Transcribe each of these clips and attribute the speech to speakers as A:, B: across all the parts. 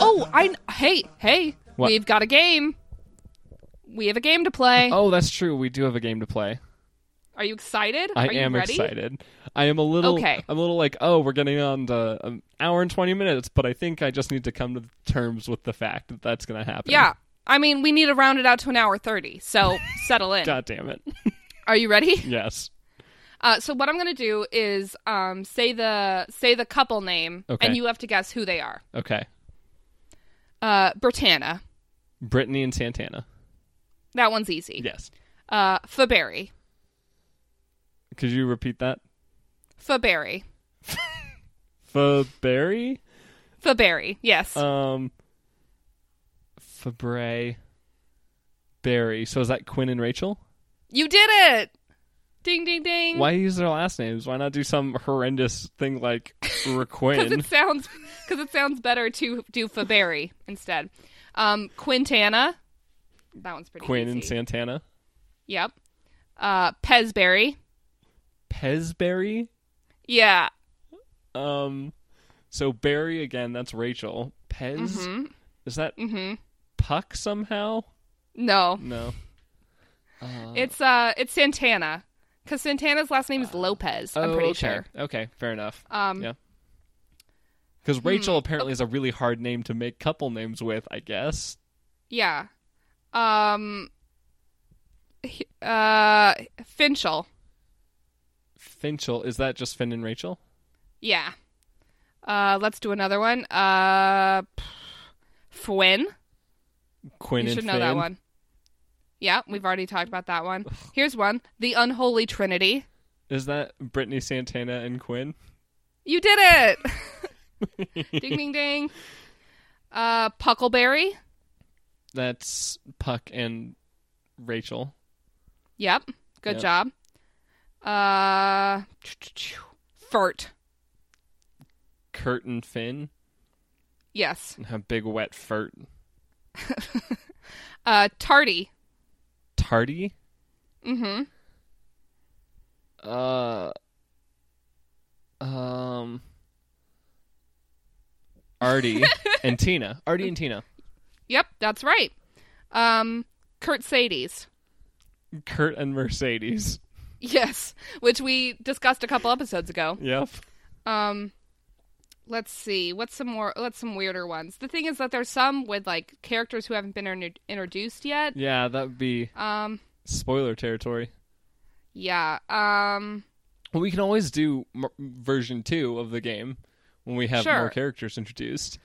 A: Oh, I hey hey,
B: What?
A: we've got a game. We have a game to play.
B: Oh, that's true. We do have a game to play.
A: Are you excited?
B: I
A: Are you
B: am
A: ready?
B: excited. I am a little.
A: Okay.
B: I'm a little like, oh, we're getting on to an hour and twenty minutes, but I think I just need to come to terms with the fact that that's going to happen.
A: Yeah. I mean, we need to round it out to an hour 30, so settle in.
B: God damn it.
A: Are you ready?
B: yes.
A: Uh, so what I'm going to do is um, say the say the couple name
B: Okay.
A: and you have to guess who they are.
B: Okay.
A: Uh, Britannia.
B: Brittany and Santana.
A: That one's easy.
B: Yes.
A: Uh, Faberry.
B: Could you repeat that?
A: Faberry.
B: Faberry?
A: Faberry. Yes.
B: Um. Fabre. Barry. So is that Quinn and Rachel?
A: you did it. Ding ding ding.
B: Why use their last names? Why not do some horrendous thing like
A: Because
B: Requin?
A: it sounds because it sounds better to do Faberry instead. Um, Quintana. That one's pretty
B: Quinn
A: easy.
B: and Santana?
A: Yep. Uh, Pezberry.
B: Pezberry?
A: Yeah.
B: Um, so Barry again. That's Rachel. Pez.
A: Mm-hmm.
B: Is that Puck somehow?
A: No.
B: No.
A: It's uh it's Santana. Cuz Santana's last name is Lopez, I'm
B: Oh,
A: pretty
B: okay.
A: sure.
B: Okay, fair enough.
A: Um,
B: yeah. Because Rachel
A: Hmm.
B: apparently is a really hard name to make couple names with. I guess.
A: Yeah. Um he- uh Finchel.
B: Finchel. Is that just Finn and Rachel?
A: Yeah. Uh let's do another one. Uh Fwin.
B: Quinn
A: You
B: and
A: should know
B: Finn.
A: that one. Yeah, we've already talked about that one. Here's one. The Unholy Trinity.
B: Is that Brittany Santana and Quinn?
A: You did it. ding ding ding. Uh Puckleberry.
B: That's Puck and Rachel.
A: Yep. Good
B: Yep.
A: job. Uh, furt.
B: Kurt and Finn.
A: Yes.
B: A big wet furt.
A: Uh, tardy.
B: Tardy.
A: Mm-hmm.
B: Uh, um, Artie and Tina. Artie and Tina.
A: Yep, that's right. Um, Kurt Sadie's.
B: Kurt and Mercedes.
A: Yes, which we discussed a couple episodes ago.
B: Yep.
A: Um, let's see. What's some more? What's some weirder ones? The thing is that there's some with like characters who haven't been inter- introduced yet.
B: Yeah, that would be
A: Um,
B: spoiler territory.
A: yeah. Um,
B: Well, we can always do m- version two of the game when we have more
A: Sure.
B: characters introduced.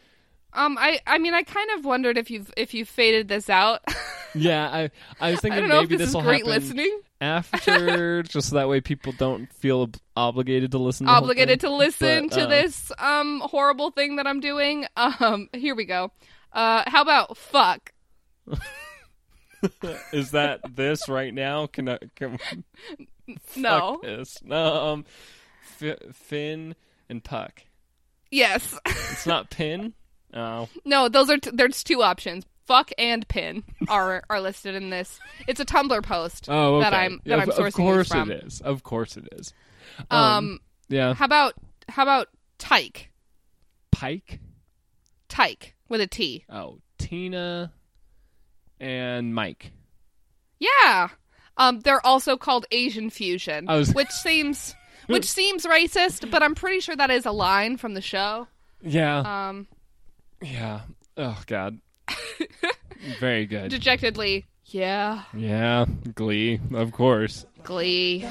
A: um, I, I mean, I kind of wondered if you've if you faded this out.
B: Yeah, I I was
A: I
B: thinking
A: don't know if
B: maybe
A: this is
B: will
A: great
B: happen
A: listening.
B: after, just so that way people don't feel ob- obligated to listen. to the whole
A: obligated
B: thing.
A: to listen
B: But,
A: to
B: um,
A: this um horrible thing that I'm doing. Um here we go. Uh how about fuck?
B: Is that this right now? Can I? Can,
A: No.
B: Fuck this. No, um, F- Finn and Puck.
A: Yes.
B: It's not Pin. Oh,
A: no, those are t- there's two options. Fuck and pin are are listed in this. It's a Tumblr post
B: oh, okay.
A: that I'm that
B: of,
A: I'm sourcing
B: Of course
A: these from.
B: it is. Of course it is.
A: Um,
B: Yeah,
A: how about how about tyke?
B: Pike.
A: Tyke with a T.
B: Oh, Tina and Mike.
A: Yeah. Um they're also called Asian fusion,
B: I was-
A: which seems which seems racist, but I'm pretty sure that is a line from the show.
B: Yeah,
A: Um
B: yeah. Oh God. Very good.
A: dejectedly, yeah,
B: yeah, Glee. Of course.
A: glee.